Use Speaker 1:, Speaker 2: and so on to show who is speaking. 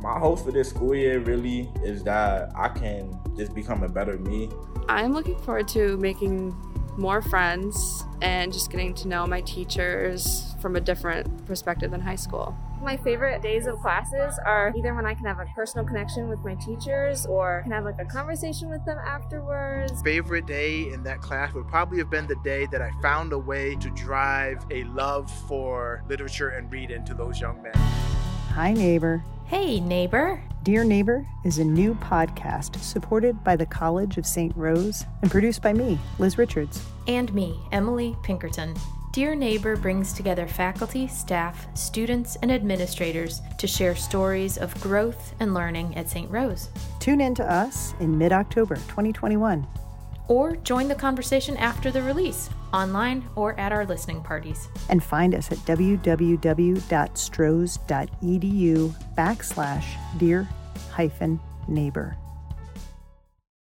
Speaker 1: my hopes for this school year really is that I can just become a better me.
Speaker 2: I'm looking forward to making more friends and just getting to know my teachers from a different perspective than high school.
Speaker 3: My favorite days of classes are either when I can have a personal connection with my teachers or can have like a conversation with them afterwards.
Speaker 4: Favorite day in that class would probably have been the day that I found a way to drive a love for literature and read into those young men.
Speaker 5: Hi, neighbor.
Speaker 6: Hey, neighbor.
Speaker 5: Dear Neighbor is a new podcast supported by the College of St. Rose and produced by me, Liz Richards.
Speaker 6: And me, Emily Pinkerton. Dear Neighbor brings together faculty, staff, students, and administrators to share stories of growth and learning at St. Rose.
Speaker 5: Tune in to us in mid October 2021.
Speaker 6: Or join the conversation after the release, online or at our listening parties.
Speaker 5: And find us at www.strose.edu backslash dear hyphen neighbor.